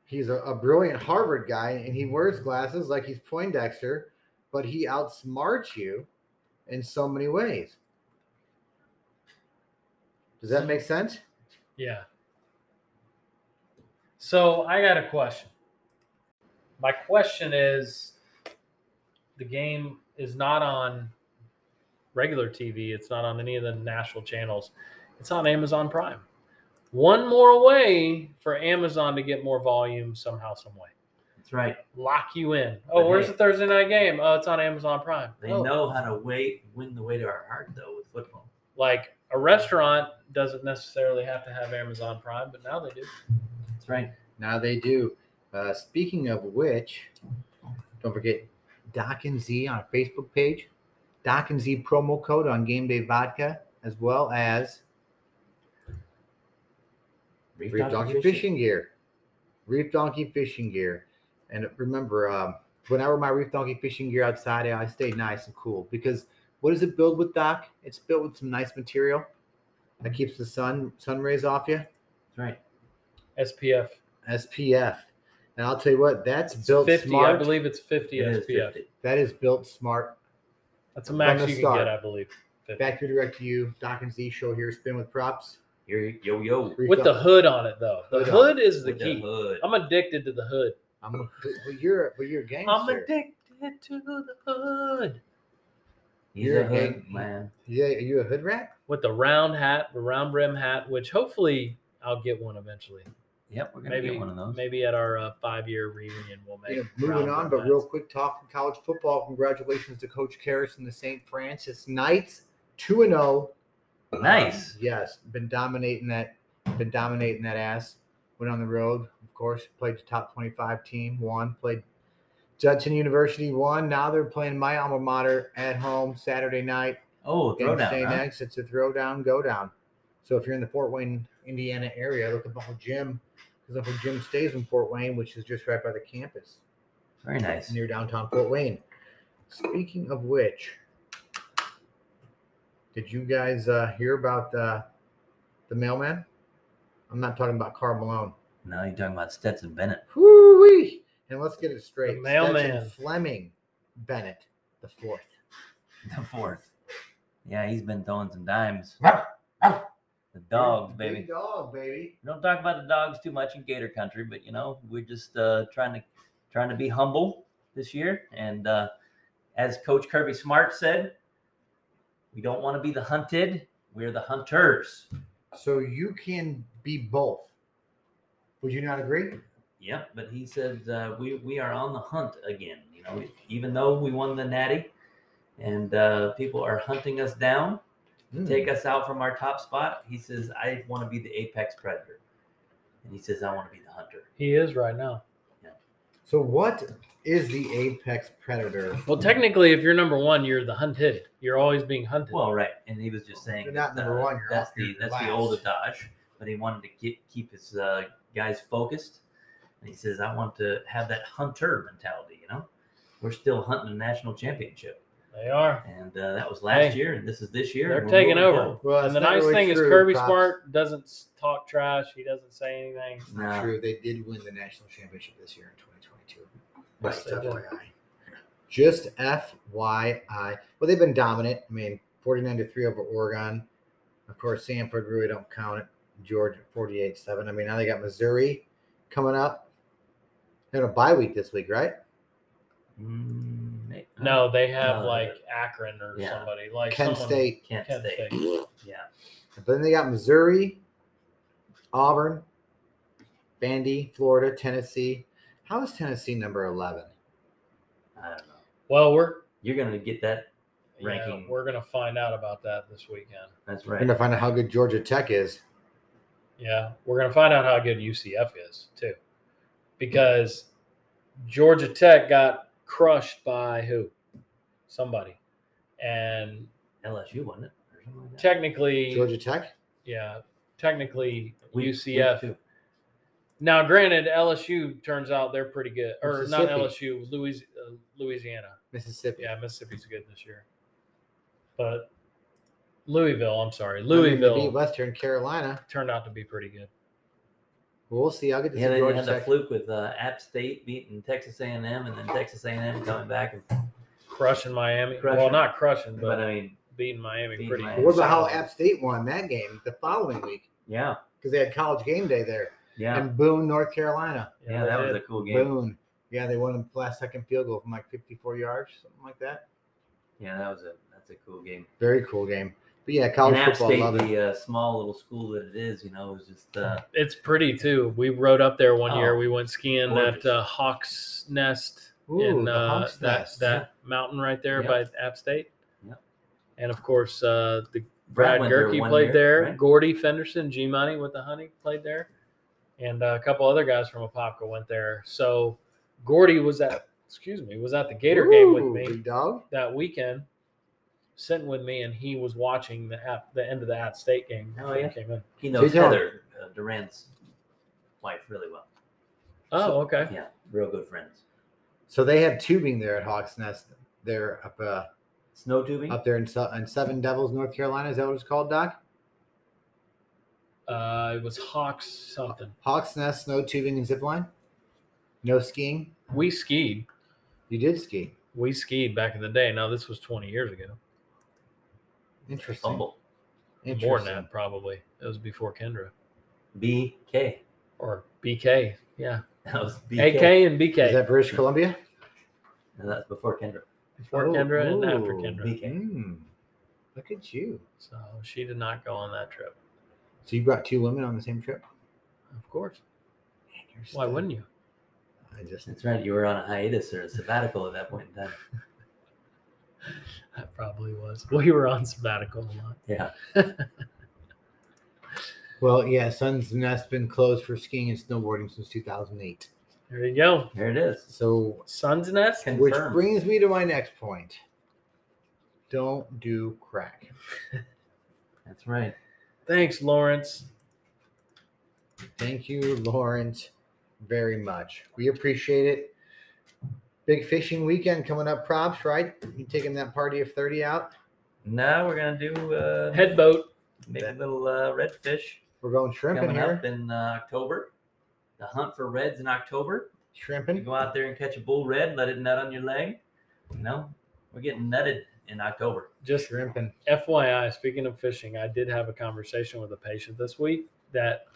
Speaker 2: he's a, a brilliant Harvard guy, and he wears glasses like he's Poindexter, but he outsmarts you in so many ways. Does that make sense?
Speaker 3: Yeah. So I got a question. My question is the game is not on regular TV, it's not on any of the national channels, it's on Amazon Prime. One more way for Amazon to get more volume somehow, some way.
Speaker 4: That's right.
Speaker 3: Lock you in. Oh,
Speaker 4: But
Speaker 3: where's
Speaker 4: hey.
Speaker 3: the Thursday night game? Oh, it's on Amazon Prime.
Speaker 4: They
Speaker 3: Oh.
Speaker 4: know how to wait, win the way to our heart, though, with football.
Speaker 3: Like a restaurant doesn't necessarily have to have Amazon Prime, but now they do.
Speaker 4: That's right.
Speaker 2: Now they do. Uh, speaking of which, don't forget Doc and Z on our Facebook page, Doc and Z promo code on Game Day Vodka, as well as
Speaker 4: Reef
Speaker 2: Reef
Speaker 4: Donkey
Speaker 2: Donkey Fishing Gear. Reef Donkey Fishing Gear. And remember, um, when I wear my Reef Donkey Fishing Gear outside, I stay nice and cool because what is it built with, Doc? It's built with some nice material
Speaker 3: Mm-hmm.
Speaker 2: that keeps the sun sun rays off you.
Speaker 4: That's right.
Speaker 3: SPF
Speaker 2: SPF. And I'll tell you what, that's built
Speaker 3: 50.
Speaker 2: smart.
Speaker 3: I believe it's 50
Speaker 4: It is
Speaker 3: SPF.
Speaker 4: 50.
Speaker 2: that is built smart.
Speaker 3: That's a
Speaker 2: From
Speaker 3: max
Speaker 2: the
Speaker 3: you
Speaker 2: start.
Speaker 3: can get, I believe. 50.
Speaker 2: Factory direct to you, Doc and Z show here, spin with props.
Speaker 4: Yo, yo, yo.
Speaker 2: Reef
Speaker 3: With the
Speaker 2: Donkey-
Speaker 3: hood on it, though. The
Speaker 2: Hood
Speaker 3: hood,
Speaker 2: on
Speaker 3: is the
Speaker 4: With
Speaker 3: key. Oh,
Speaker 4: hood.
Speaker 3: I'm addicted to the hood.
Speaker 2: I'm a, but but you're but you're a gangster.
Speaker 3: I'm addicted to the hood.
Speaker 4: He's
Speaker 2: You're
Speaker 4: a
Speaker 2: a
Speaker 4: hood
Speaker 2: gang-
Speaker 4: man.
Speaker 2: yeah, are you a hood rat?
Speaker 3: With the round hat, the round brim hat, which hopefully I'll get one eventually.
Speaker 4: Yep, we're gonna
Speaker 3: Maybe
Speaker 4: get one of those.
Speaker 3: Maybe at our uh, five year reunion, we'll make
Speaker 2: You know, moving
Speaker 3: round
Speaker 2: on,
Speaker 3: brim
Speaker 2: but real
Speaker 3: hats.
Speaker 2: quick talk from college football. Congratulations to Coach Karras and the St. Francis Knights, two and zero.
Speaker 4: Nice.
Speaker 2: Yes, been dominating that, been dominating that ass. Went on the road, of course, played the top twenty-five team. Won, played Judson University. Won. Now they're playing my alma mater at home Saturday night.
Speaker 4: Oh,
Speaker 2: Game day
Speaker 4: throwdown. Huh?
Speaker 2: next. It's a throwdown, go down. So if you're in the Fort Wayne, Indiana area, look up Uncle Jim because Uncle Jim stays in Fort Wayne, which is just right by the campus
Speaker 4: Very nice.
Speaker 2: near downtown Fort Wayne. Speaking of which, Did you guys uh, hear about uh, the mailman? I'm not talking about Carl Malone.
Speaker 4: Now you're talking about Stetson Bennett. <laughs>
Speaker 2: Whoo-wee. And let's get it straight.
Speaker 3: The
Speaker 2: Stetson
Speaker 3: mailman.
Speaker 2: Fleming Bennett the fourth.
Speaker 4: The fourth. Yeah, he's been throwing some dimes. the dogs,
Speaker 2: Big
Speaker 4: baby.
Speaker 2: dog, baby.
Speaker 4: We don't talk about the dogs too much in Gator Country, but you know, we're just uh, trying to trying to be humble this year. And uh, as Coach Kirby Smart said, we don't want to be the hunted. We're the hunters.
Speaker 2: So you can be both. Would you not agree?
Speaker 4: Yep, but he said uh, we we are on the hunt again. You know, even though we won the Natty, and uh, people are hunting us down,
Speaker 2: Hmm.
Speaker 4: take us out from our top spot. He says, I want to be the apex predator. And he says, I want to be the hunter.
Speaker 3: He is right now.
Speaker 2: So what is the apex predator?
Speaker 3: Well, technically, if you're number one, you're the hunted. You're always being hunted.
Speaker 4: Well, right. And he was just saying, uh,
Speaker 2: You're not number one, you're
Speaker 4: that's
Speaker 2: off
Speaker 4: the
Speaker 2: your
Speaker 4: that's the
Speaker 2: last.
Speaker 4: old adage. But he wanted to keep keep his uh, guys focused. And he says, I want to have that hunter mentality. You know, we're still hunting a national championship,
Speaker 3: they are.
Speaker 4: and uh, that was last
Speaker 3: Hey,
Speaker 4: year, and this is this year.
Speaker 3: They're
Speaker 4: and we're
Speaker 3: taking
Speaker 4: moving
Speaker 3: over.
Speaker 4: forward.
Speaker 2: Well,
Speaker 3: and the
Speaker 2: it's not
Speaker 3: nice
Speaker 2: really
Speaker 3: thing is
Speaker 2: true,
Speaker 3: Kirby
Speaker 2: Pops.
Speaker 3: Smart doesn't s- talk trash. He doesn't say anything.
Speaker 2: It's not
Speaker 4: Nah.
Speaker 2: true. They did win the national championship this year in 2022.
Speaker 4: Right.
Speaker 2: Just
Speaker 3: They did.
Speaker 2: FYI. Just FYI. Well, they've been dominant. I mean, 49 to 3 over Oregon. Of course, Sanford really don't count it. Georgia 48 7. I mean, now they got Missouri coming up. They're in a bye week this week, right?
Speaker 4: Mm, may-
Speaker 3: No, they have
Speaker 4: No,
Speaker 3: like Akron or
Speaker 4: yeah.
Speaker 3: somebody like
Speaker 2: Kent
Speaker 3: someone-
Speaker 2: State.
Speaker 4: Kent,
Speaker 3: Kent
Speaker 4: State.
Speaker 3: State.
Speaker 4: Yeah,
Speaker 2: But then they got Missouri, Auburn, Vandy, Florida, Tennessee. How is Tennessee number 11?
Speaker 4: I don't know.
Speaker 3: Well, we're
Speaker 4: You're gonna get that.
Speaker 3: yeah,
Speaker 4: Ranking.
Speaker 3: we're gonna find out about that this weekend.
Speaker 4: That's
Speaker 2: We're
Speaker 4: right.
Speaker 2: going to find out how good Georgia Tech is.
Speaker 3: Yeah, we're gonna find out how good UCF is too, because Georgia Tech got crushed by who? Somebody, and
Speaker 4: LSU won it. or something like that.
Speaker 3: technically,
Speaker 2: Georgia Tech?
Speaker 3: yeah, technically
Speaker 4: Week- week
Speaker 3: UCF.
Speaker 4: two.
Speaker 3: Now, granted, LSU turns out they're pretty good, or not
Speaker 2: Mississippi.
Speaker 3: LSU, Louis, uh, Louisiana.
Speaker 2: Mississippi.
Speaker 3: Yeah, Mississippi's good this year, but Louisville. I'm sorry,
Speaker 2: I mean, they
Speaker 3: Louisville
Speaker 2: beat Western Carolina.
Speaker 3: turned out to be pretty good.
Speaker 2: We'll see. I'll get to
Speaker 4: Yeah,
Speaker 2: see
Speaker 4: they
Speaker 2: Georgia
Speaker 4: had the
Speaker 2: Tech.
Speaker 4: fluke with uh, App State beating Texas A&M, and then Texas A&M coming back. And,
Speaker 3: Crushing Miami. Well,
Speaker 4: Crushing.
Speaker 3: not crushing, but,
Speaker 4: but I mean,
Speaker 3: beating Miami
Speaker 4: Beating
Speaker 3: pretty.
Speaker 4: Miami.
Speaker 2: But What about how
Speaker 3: solid.
Speaker 2: App State won that game the following week?
Speaker 4: yeah,
Speaker 2: Because they had college game day there
Speaker 4: yeah,
Speaker 2: in Boone, North Carolina.
Speaker 4: yeah.
Speaker 3: they
Speaker 4: that was
Speaker 3: did.
Speaker 4: a cool game.
Speaker 2: Boone. Yeah, they won the last second field goal from like 54 yards, something like that.
Speaker 4: Yeah, that was a that's a cool game.
Speaker 2: Very cool game. But yeah, college
Speaker 4: And App
Speaker 2: football,
Speaker 4: State,
Speaker 2: love it.
Speaker 4: the uh, small little school that it is, you know, was just uh,
Speaker 3: It's pretty too. We rode up there one year.
Speaker 4: Oh,
Speaker 3: We went skiing
Speaker 4: gorgeous.
Speaker 3: at uh, Hawks Nest
Speaker 2: Ooh,
Speaker 3: in
Speaker 2: the
Speaker 3: uh,
Speaker 2: Hawks
Speaker 3: that
Speaker 2: Nest.
Speaker 3: that mountain right there
Speaker 4: Yeah.
Speaker 3: by App State.
Speaker 4: Yeah.
Speaker 3: And of course, uh, the
Speaker 4: Brad
Speaker 3: Brad
Speaker 4: went there
Speaker 3: Gerke
Speaker 4: one
Speaker 3: played
Speaker 4: year,
Speaker 3: there.
Speaker 4: right?
Speaker 3: Gordy Fenderson, G Money with the Honey played there, and uh, a couple other guys from Apopka went there. So Gordy was at excuse me was at the Gator game with
Speaker 2: Ooh,
Speaker 3: me
Speaker 2: Big dog.
Speaker 3: that weekend, sitting with me, and he was watching the app, the end of the App State game.
Speaker 4: Oh,
Speaker 3: before I
Speaker 4: yeah.
Speaker 3: came in.
Speaker 4: he knows
Speaker 2: tell-
Speaker 4: Heather uh, Durant's wife really well.
Speaker 3: Oh, okay.
Speaker 4: Yeah, real good friends.
Speaker 2: So they had tubing there at Hawks Nest. There up uh,
Speaker 4: Snow tubing.
Speaker 2: up there in, Se- in Seven Devils, North Carolina. Is that what it's called, Doc?
Speaker 3: Uh, it was Hawks something.
Speaker 2: Hawks Nest, snow tubing and zip line. No skiing.
Speaker 3: We skied.
Speaker 2: You did ski.
Speaker 3: We skied back in the day. Now this was 20 years ago.
Speaker 2: Interesting.
Speaker 4: Humble.
Speaker 2: Interesting.
Speaker 3: More than that, probably. It was before Kendra
Speaker 4: BK.
Speaker 3: or BK. Yeah,
Speaker 4: <laughs> That was BK.
Speaker 3: AK and BK.
Speaker 2: Is that British Columbia?
Speaker 4: And that's before Kendra.
Speaker 3: before
Speaker 2: Oh,
Speaker 3: Kendra and after
Speaker 2: ooh.
Speaker 3: Kendra.
Speaker 4: BK.
Speaker 2: Mm, look at you.
Speaker 3: So she did not go on that trip.
Speaker 2: So you brought two women on the same trip?
Speaker 3: Of course.
Speaker 2: Man, you're
Speaker 3: Why
Speaker 2: stuck.
Speaker 3: wouldn't you?
Speaker 2: I just
Speaker 4: That's right. You were on a hiatus or a sabbatical at that point in time.
Speaker 3: That probably was. <laughs> We were on sabbatical a lot.
Speaker 4: Yeah.
Speaker 2: well, yeah. Sun's Nest been closed for skiing and snowboarding since 2008.
Speaker 3: There you go.
Speaker 4: There it is.
Speaker 2: So
Speaker 3: Sun's Nest.
Speaker 4: Confirmed.
Speaker 2: Which brings me to my next point. Don't do crack.
Speaker 4: That's right.
Speaker 3: Thanks, Lawrence.
Speaker 2: Thank you, Lawrence, very much. We appreciate it. Big fishing weekend coming up, props, right? You taking that party of 30 out?
Speaker 4: Now we're gonna do uh,
Speaker 3: Headboat.
Speaker 4: maybe a little uh, redfish
Speaker 2: We're going shrimping
Speaker 4: coming
Speaker 2: here.
Speaker 4: up in uh, October. The hunt for reds in October. You
Speaker 2: Shrimping.
Speaker 4: go out there and catch a bull red, let it nut on your leg. You know, we're getting nutted in October.
Speaker 3: Just
Speaker 2: Shrimping.
Speaker 3: FYI, speaking of fishing, I did have a conversation with a patient this week that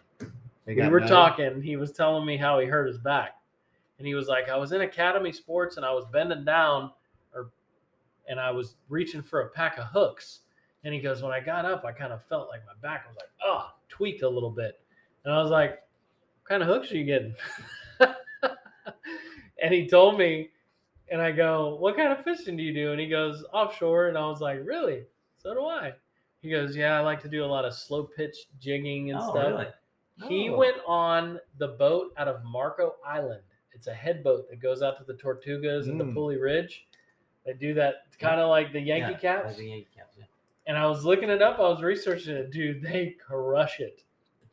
Speaker 3: we
Speaker 2: They got
Speaker 3: were
Speaker 2: nutted.
Speaker 3: talking. He was telling me how he hurt his back. And he was like, I was in Academy Sports and I was bending down or and I was reaching for a pack of hooks. And he goes, When I got up, I kind of felt like my back was like, oh, tweaked a little bit. And I was like, What kind of hooks are you getting? <laughs> and he told me, and I go, What kind of fishing do you do? And he goes, Offshore. And I was like, Really? So do I. He goes, Yeah, I like to do a lot of slow pitch jigging and
Speaker 4: oh,
Speaker 3: stuff.
Speaker 4: really?
Speaker 3: He
Speaker 4: Oh.
Speaker 3: went on the boat out of Marco Island. It's a headboat that goes out to the Tortugas and the
Speaker 2: Mm.
Speaker 3: Pulley Ridge. They do that kind of like the Yankee
Speaker 4: Hmm. Yeah,
Speaker 3: caps.
Speaker 4: like the Yankee caps. yeah.
Speaker 3: And I was looking it up. I was researching it. Dude, they crush it.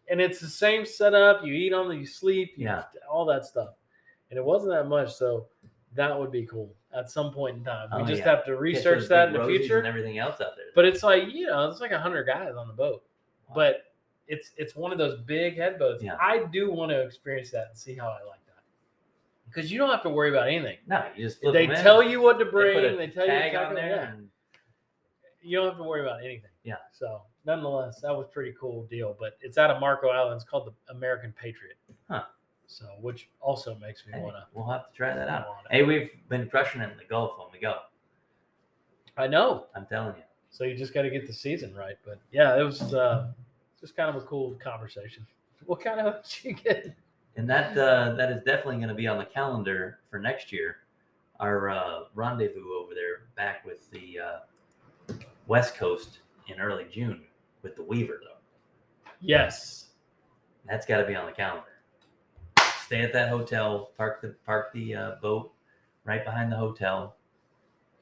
Speaker 3: And it's the same setup. You eat on them, you sleep, you,
Speaker 4: Yeah.
Speaker 3: all that stuff. And it wasn't that much. So that would be cool at some point in time. We
Speaker 4: Oh,
Speaker 3: just
Speaker 4: yeah.
Speaker 3: have to
Speaker 4: Catch
Speaker 3: research
Speaker 4: those
Speaker 3: that in
Speaker 4: big
Speaker 3: the
Speaker 4: rosies
Speaker 3: future.
Speaker 4: and everything else out there.
Speaker 3: But it's like you know, it's like a hundred guys on the boat, but it's it's one of those big headboats.
Speaker 4: Yeah.
Speaker 3: I do want to experience that and see how I like that because you don't have to worry about anything.
Speaker 4: no, you just flip
Speaker 3: they
Speaker 4: them in,
Speaker 3: tell you what to
Speaker 4: put
Speaker 3: bring.
Speaker 4: a
Speaker 3: They, tell you
Speaker 4: tag
Speaker 3: exactly
Speaker 4: on
Speaker 3: what-
Speaker 4: there.
Speaker 3: yeah.
Speaker 4: and-
Speaker 3: You don't have to worry about anything.
Speaker 4: Yeah.
Speaker 3: So nonetheless, that was pretty cool deal. But it's out of Marco Island. It's called the American Patriot.
Speaker 4: Huh.
Speaker 3: So which also makes me
Speaker 4: hey,
Speaker 3: want to.
Speaker 4: we'll have to try that out. Hey, we've been crushing it in the Gulf when we go.
Speaker 3: I know.
Speaker 4: I'm telling you.
Speaker 3: So you just got to get the season right. But yeah, it was uh, just kind of a cool conversation. <laughs> What kind of hooks you get?
Speaker 4: And that uh, that is definitely going to be on the calendar for next year. Our uh, rendezvous over there, back with the uh, West Coast in early June with the Weaver, though.
Speaker 3: Yes.
Speaker 4: That's got to be on the calendar. Stay at that hotel. Park the park the uh, boat right behind the hotel.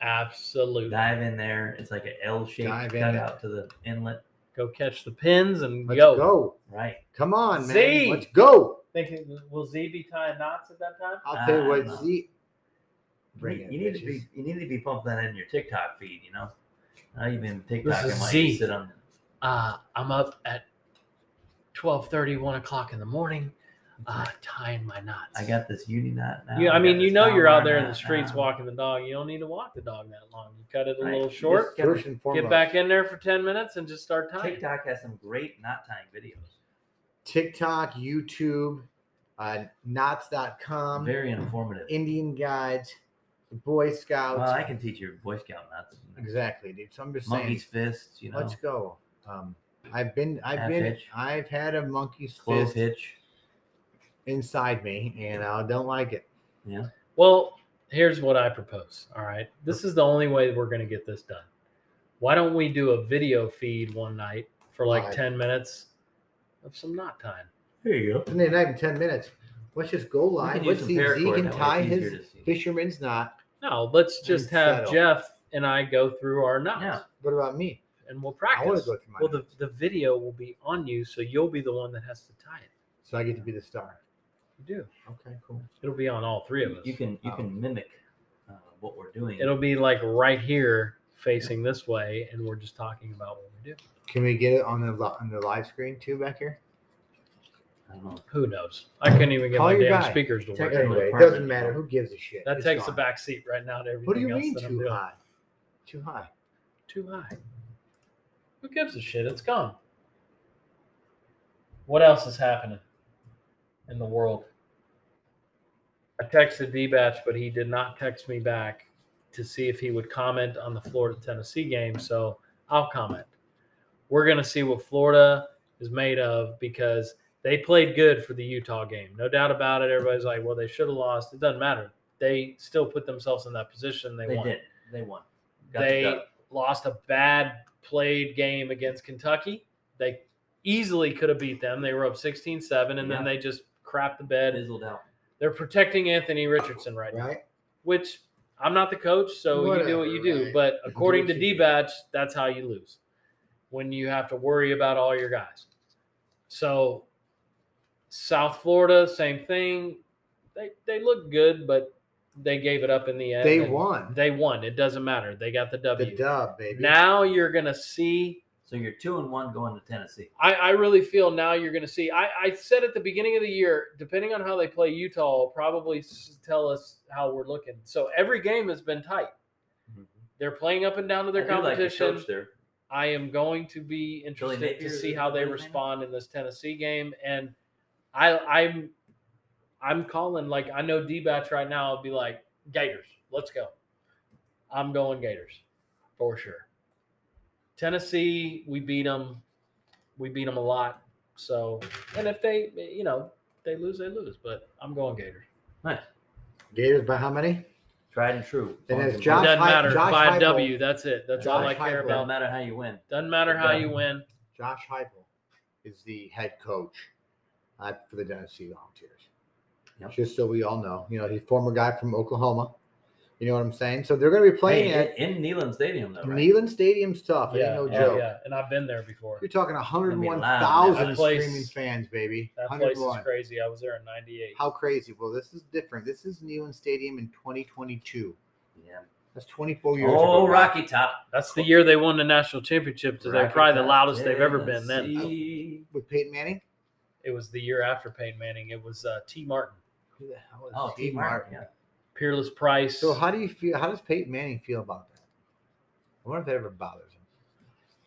Speaker 3: Absolutely.
Speaker 4: Dive in there. It's like an L shaped
Speaker 2: Dive in
Speaker 4: cutout to the inlet.
Speaker 3: go catch the pins and
Speaker 2: Let's
Speaker 3: go.
Speaker 2: go.
Speaker 4: Right.
Speaker 2: Come on, man.
Speaker 3: Z.
Speaker 2: Let's go.
Speaker 3: Think it- will Z be tying knots at that time?
Speaker 2: I'll tell you
Speaker 4: I
Speaker 3: Ah.
Speaker 4: know.
Speaker 2: what, Z. Bring
Speaker 4: you,
Speaker 2: it,
Speaker 4: you need to
Speaker 2: bitches.
Speaker 4: be you need to be pumping that in your TikTok feed. You know, now you've been
Speaker 3: is
Speaker 4: TikToking like
Speaker 3: Z.
Speaker 4: you sit on
Speaker 3: Uh, I'm up at 12:30, 1 o'clock in the morning, uh, tying my knots.
Speaker 4: I got this uni knot now.
Speaker 3: You, I
Speaker 4: got
Speaker 3: mean, you
Speaker 4: this
Speaker 3: know you're out
Speaker 4: Palomar
Speaker 3: there in the
Speaker 4: knot
Speaker 3: streets
Speaker 4: now.
Speaker 3: walking the dog. You don't need to walk the dog that long. You cut it a
Speaker 4: Right. You
Speaker 3: little
Speaker 4: just
Speaker 3: short.
Speaker 4: gotta-
Speaker 2: First and foremost,
Speaker 3: Get back in there for 10 minutes and just start tying.
Speaker 4: TikTok has some great knot tying videos.
Speaker 2: TikTok, YouTube, uh, knots.com,
Speaker 4: Very informative.
Speaker 2: Indian guides, the Boy Scouts.
Speaker 4: Well, I can teach you Boy Scout knots.
Speaker 2: exactly, dude. So I'm just saying,
Speaker 4: Monkey's fists, you know.
Speaker 2: let's go. Um, I've been, I've
Speaker 4: Half
Speaker 2: been,
Speaker 4: hitch.
Speaker 2: I've had a monkey's
Speaker 4: Clove
Speaker 2: fist
Speaker 4: hitch.
Speaker 2: inside me, and I don't like it.
Speaker 3: Well, here's what I propose. All right. This is the only way we're going to get this done. Why don't we do a video feed one night for like
Speaker 2: Live.
Speaker 3: 10 minutes of some knot time?
Speaker 4: There you go.
Speaker 2: Sunday night in ten minutes. Let's just go live. Let's see if Z can tie his fisherman's knot.
Speaker 3: No, let's just
Speaker 2: And
Speaker 3: have
Speaker 2: settle.
Speaker 3: Jeff and I go through our knots
Speaker 4: Yeah.
Speaker 2: What about me?
Speaker 3: and we'll
Speaker 2: I want
Speaker 3: practice.
Speaker 2: to go through my.
Speaker 3: well, the, the video will be on you, so you'll be the one that has to tie it.
Speaker 2: so I get to be the star.
Speaker 3: You do.
Speaker 2: Okay, cool.
Speaker 3: It'll be on all three of us.
Speaker 4: You can you
Speaker 2: Oh.
Speaker 4: can mimic uh, what we're doing.
Speaker 3: It'll be like right here facing this way, and we're just talking about what we do.
Speaker 2: Can we get it on the li- on the live screen too back here?
Speaker 4: I don't know.
Speaker 3: Who knows? I couldn't even get
Speaker 2: Call
Speaker 3: my
Speaker 2: your
Speaker 3: damn
Speaker 2: guy.
Speaker 3: speakers to
Speaker 4: Check
Speaker 3: work.
Speaker 4: it.
Speaker 2: Anyway, it
Speaker 4: apartment.
Speaker 2: doesn't matter. Who gives a shit?
Speaker 3: That
Speaker 2: It's
Speaker 3: takes
Speaker 2: gone.
Speaker 3: a back seat right now to everything
Speaker 2: What do you
Speaker 3: else
Speaker 2: mean
Speaker 3: that I'm
Speaker 2: too
Speaker 3: doing.
Speaker 2: high? Too high.
Speaker 3: Too high. Who gives a shit? It's gone. What else is happening in the world? I texted D Batch, but he did not text me back to see if he would comment on the Florida Tennessee game. So I'll comment. We're going to see what Florida is made of because they played good for the Utah game. No doubt about it. Everybody's like, well, they should have lost. It doesn't matter. They still put themselves in that position. They,
Speaker 4: They,
Speaker 3: won
Speaker 4: did. They won. Got the
Speaker 3: they
Speaker 4: dub.
Speaker 3: lost a bad played game against Kentucky. They easily could have beat them. They were up 16 7, and then
Speaker 4: Yeah.
Speaker 3: they just crapped the bed.
Speaker 4: fizzled out.
Speaker 3: They're protecting Anthony Richardson right now,
Speaker 2: Right?
Speaker 3: which I'm not the coach, so you do what you
Speaker 2: Whatever,
Speaker 3: do.
Speaker 2: right.
Speaker 3: But
Speaker 2: what
Speaker 3: according to
Speaker 2: you do.
Speaker 3: D Batch, that's how you lose when you have to worry about all your guys. So, South Florida, same thing. They, they look good, but they gave it up in the end.
Speaker 2: They
Speaker 3: and
Speaker 2: won
Speaker 3: They won. It doesn't matter. They got the
Speaker 2: the
Speaker 3: W.
Speaker 2: dub, baby.
Speaker 3: now you're gonna see
Speaker 4: So you're two and one going to Tennessee.
Speaker 3: I, I really feel now you're going to see. I, I said at the beginning of the year, depending on how they play Utah, will probably s- tell us how we're looking. So every game has been tight.
Speaker 4: Mhm.
Speaker 3: They're playing up and down to their
Speaker 4: I do like the
Speaker 3: competition.
Speaker 4: coach there.
Speaker 3: I am going to be interested to
Speaker 4: Napier
Speaker 3: see
Speaker 4: the
Speaker 3: how they
Speaker 4: quarterback?
Speaker 3: respond in this Tennessee game. And I, I'm, I'm calling like I know D-bats right now. I'll be like Gators. Let's go. I'm going Gators for sure. Tennessee, we beat them. We beat them a lot. So, and if they, you know, they lose, they lose. But I'm going Gators.
Speaker 2: Gators by how many?
Speaker 4: Tried and true.
Speaker 2: And as
Speaker 4: Long
Speaker 2: Josh-
Speaker 4: as-
Speaker 3: Doesn't
Speaker 2: Hi-
Speaker 3: matter.
Speaker 2: Josh
Speaker 3: By a
Speaker 2: Heupel.
Speaker 3: W, that's it. That's all I care
Speaker 2: Josh Heupel.
Speaker 4: doesn't
Speaker 3: about.
Speaker 4: matter how you win.
Speaker 3: Doesn't matter how you win.
Speaker 2: Josh Heupel is the head coach uh, for the Tennessee Volunteers.
Speaker 4: Yep.
Speaker 2: Just so we all know, you know, he's a former guy from Oklahoma. You know what I'm saying? So they're going to be playing
Speaker 4: Hey,
Speaker 2: at
Speaker 4: in, in Neyland Stadium though, right?
Speaker 2: Neyland Stadium stuff. It ain't no
Speaker 3: yeah,
Speaker 2: joke.
Speaker 3: yeah. And I've been there before.
Speaker 2: You're talking
Speaker 4: That
Speaker 2: 101,000
Speaker 3: place-
Speaker 2: streaming fans, baby.
Speaker 3: That place is
Speaker 2: 101.
Speaker 3: crazy. I was there in '98.
Speaker 2: How crazy? Well, this is different. This is Neyland Stadium in 2022.
Speaker 4: Yeah.
Speaker 2: That's 24 years
Speaker 4: Oh,
Speaker 2: ago.
Speaker 4: Rocky Top.
Speaker 3: That's the year they won the national championship. So they're
Speaker 4: Rocky
Speaker 3: probably the
Speaker 4: Top,
Speaker 3: loudest they've ever been. Then
Speaker 4: Tennessee.
Speaker 2: With Peyton Manning?
Speaker 3: it was the year after Peyton Manning. It was uh, T. Martin,
Speaker 2: Who the hell is
Speaker 4: Oh,
Speaker 2: Steve
Speaker 4: T. Martin. Yeah.
Speaker 3: Peerless Price.
Speaker 2: So how do you feel? How does Peyton Manning feel about that? I wonder if that ever bothers him.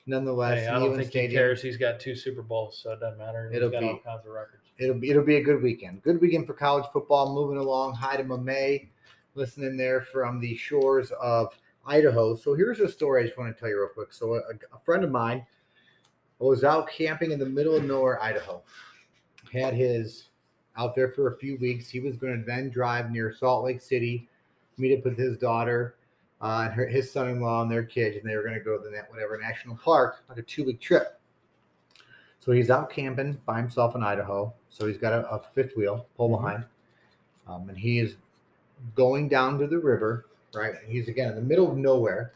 Speaker 2: Nonetheless,
Speaker 3: Hey, I don't
Speaker 2: Neyland
Speaker 3: think he
Speaker 2: Stadium,
Speaker 3: cares. He's got two Super Bowls, so it doesn't matter. He's
Speaker 2: It'll
Speaker 3: got
Speaker 2: be-
Speaker 3: all kinds of records.
Speaker 2: It'll be it'll be a good weekend. Good weekend for college football. Moving along, hi to Mamay, listening there from the shores of Idaho. So here's a story I just want to tell you real quick. So a, a friend of mine was out camping in the middle of nowhere, Idaho. Had his out there for a few weeks. He was going to then drive near Salt Lake City, meet up with his daughter uh, and her, his son-in-law and their kids, and they were going to go to the na- whatever national park, like a two-week trip. So he's out camping by himself in Idaho. So he's got a, a fifth wheel pull
Speaker 4: Mhm.
Speaker 2: behind, um, and he is going down to the river. Right, he's again in the middle of nowhere.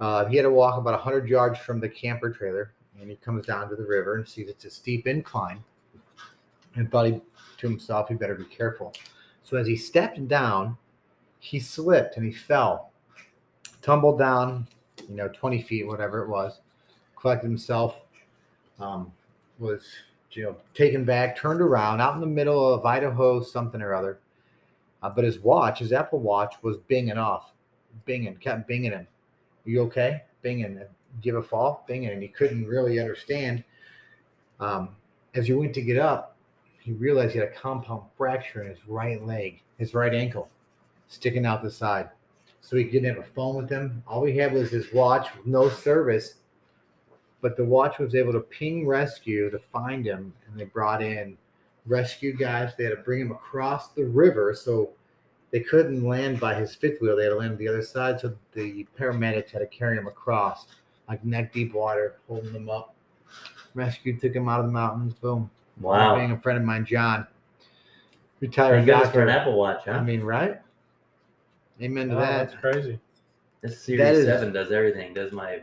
Speaker 2: Uh, he had to walk about hundred yards from the camper trailer, and he comes down to the river and sees it's a steep incline, and thought he, to himself, "He better be careful." So as he stepped down, he slipped and he fell, tumbled down, you know, twenty feet, whatever it was, collected himself, um, was you know taken back, turned around, out in the middle of Idaho, something or other. Uh, but his watch, his Apple Watch, was binging off, binging, kept binging him. You okay? Binging, give a fall, binging, and he couldn't really understand. Um, as he went to get up, he realized he had a compound fracture in his right leg, his right ankle, sticking out the side. So he didn't have a phone with him. All he had was his watch, with no service but the watch was able to ping rescue to find him and they brought in rescue guys they had to bring him across the river so they couldn't land by his fifth wheel they had to land on the other side so the paramedics had to carry him across like neck deep water holding him up rescue took him out of the mountains boom
Speaker 4: Wow.
Speaker 2: being a friend of mine john
Speaker 4: Thank
Speaker 2: retired
Speaker 4: goodness for Oh.
Speaker 2: doctor
Speaker 4: an Apple Watch, huh?
Speaker 2: i mean right amen to
Speaker 3: Wow,
Speaker 2: that
Speaker 3: Oh, that's crazy.
Speaker 4: This Series
Speaker 2: That is-
Speaker 4: Seven does everything. Does my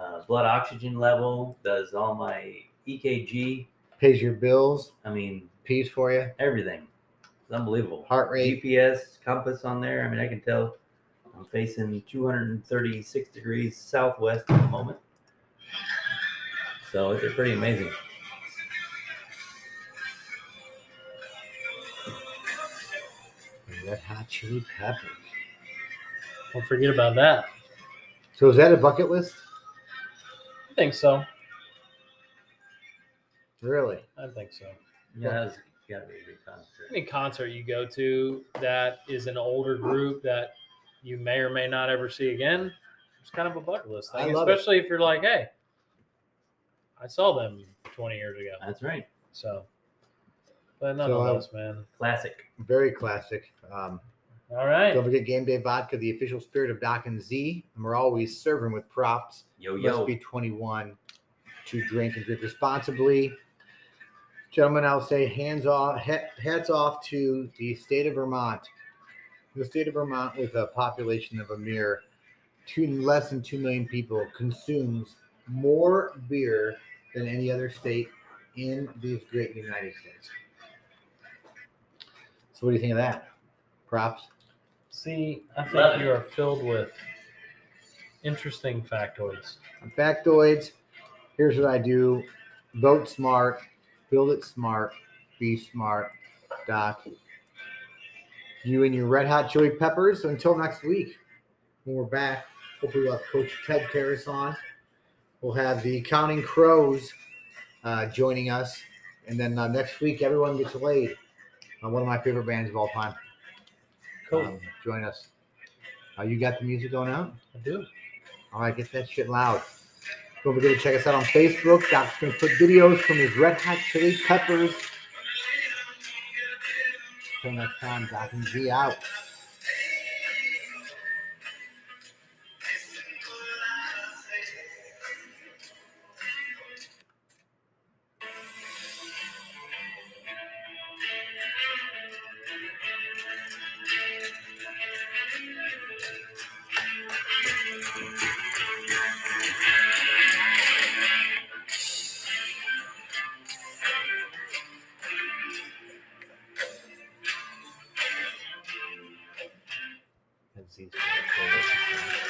Speaker 4: uh, blood oxygen level. Does all my EKG.
Speaker 2: pays your bills
Speaker 4: I mean,
Speaker 2: pays for you
Speaker 4: everything. It's unbelievable.
Speaker 2: heart rate
Speaker 4: GPS compass on there. I mean, I can tell I'm facing 236 degrees southwest at the moment. So it's pretty amazing.
Speaker 2: red hot chili peppers
Speaker 3: Don't forget about that.
Speaker 2: So is that a bucket list?
Speaker 3: I think so.
Speaker 2: Really?
Speaker 3: I think so.
Speaker 4: Yeah, that's gotta be a good concert.
Speaker 3: Any concert you go to that is an older group that you may or may not ever see again, it's kind of a bucket list
Speaker 2: I
Speaker 3: thing,
Speaker 2: love it.
Speaker 3: especially if you're like, hey, I saw them 20 years ago.
Speaker 4: That's right.
Speaker 3: So, but nonetheless,
Speaker 2: uh,
Speaker 3: man.
Speaker 4: Classic.
Speaker 2: Very classic. Um,
Speaker 3: All right.
Speaker 2: don't forget Game Day Vodka, the official spirit of Doc and Z. And we're always serving with props.
Speaker 4: Yo
Speaker 2: You
Speaker 4: yo.
Speaker 2: Must be 21 to drink and drink responsibly. Gentlemen, I'll say hands off, ha- hats off to the state of Vermont. The state of Vermont, with a population of a mere two less than two million people, consumes more beer than any other state in these great United States. So, what do you think of that? Props.
Speaker 3: See, I
Speaker 4: Love
Speaker 3: think
Speaker 4: it.
Speaker 3: you are filled with interesting factoids.
Speaker 2: On factoids, here's what I do vote smart, build it smart, be smart, Doc. You and your red hot chili peppers. Until next week, when we're back, hopefully we'll have Coach Ted Karras on. We'll have the Counting Crows uh, joining us. And then uh, next week, everyone gets laid. Uh, one of my favorite bands of all time.
Speaker 3: Cool.
Speaker 2: Um, join us. Uh, you got the music going out?
Speaker 3: I do.
Speaker 2: All right, get that shit loud. Don't forget to check us out on Facebook. Doc's going to put videos from his Red Hot Chili Peppers. Till next time, Doc and G out.
Speaker 4: Because these people-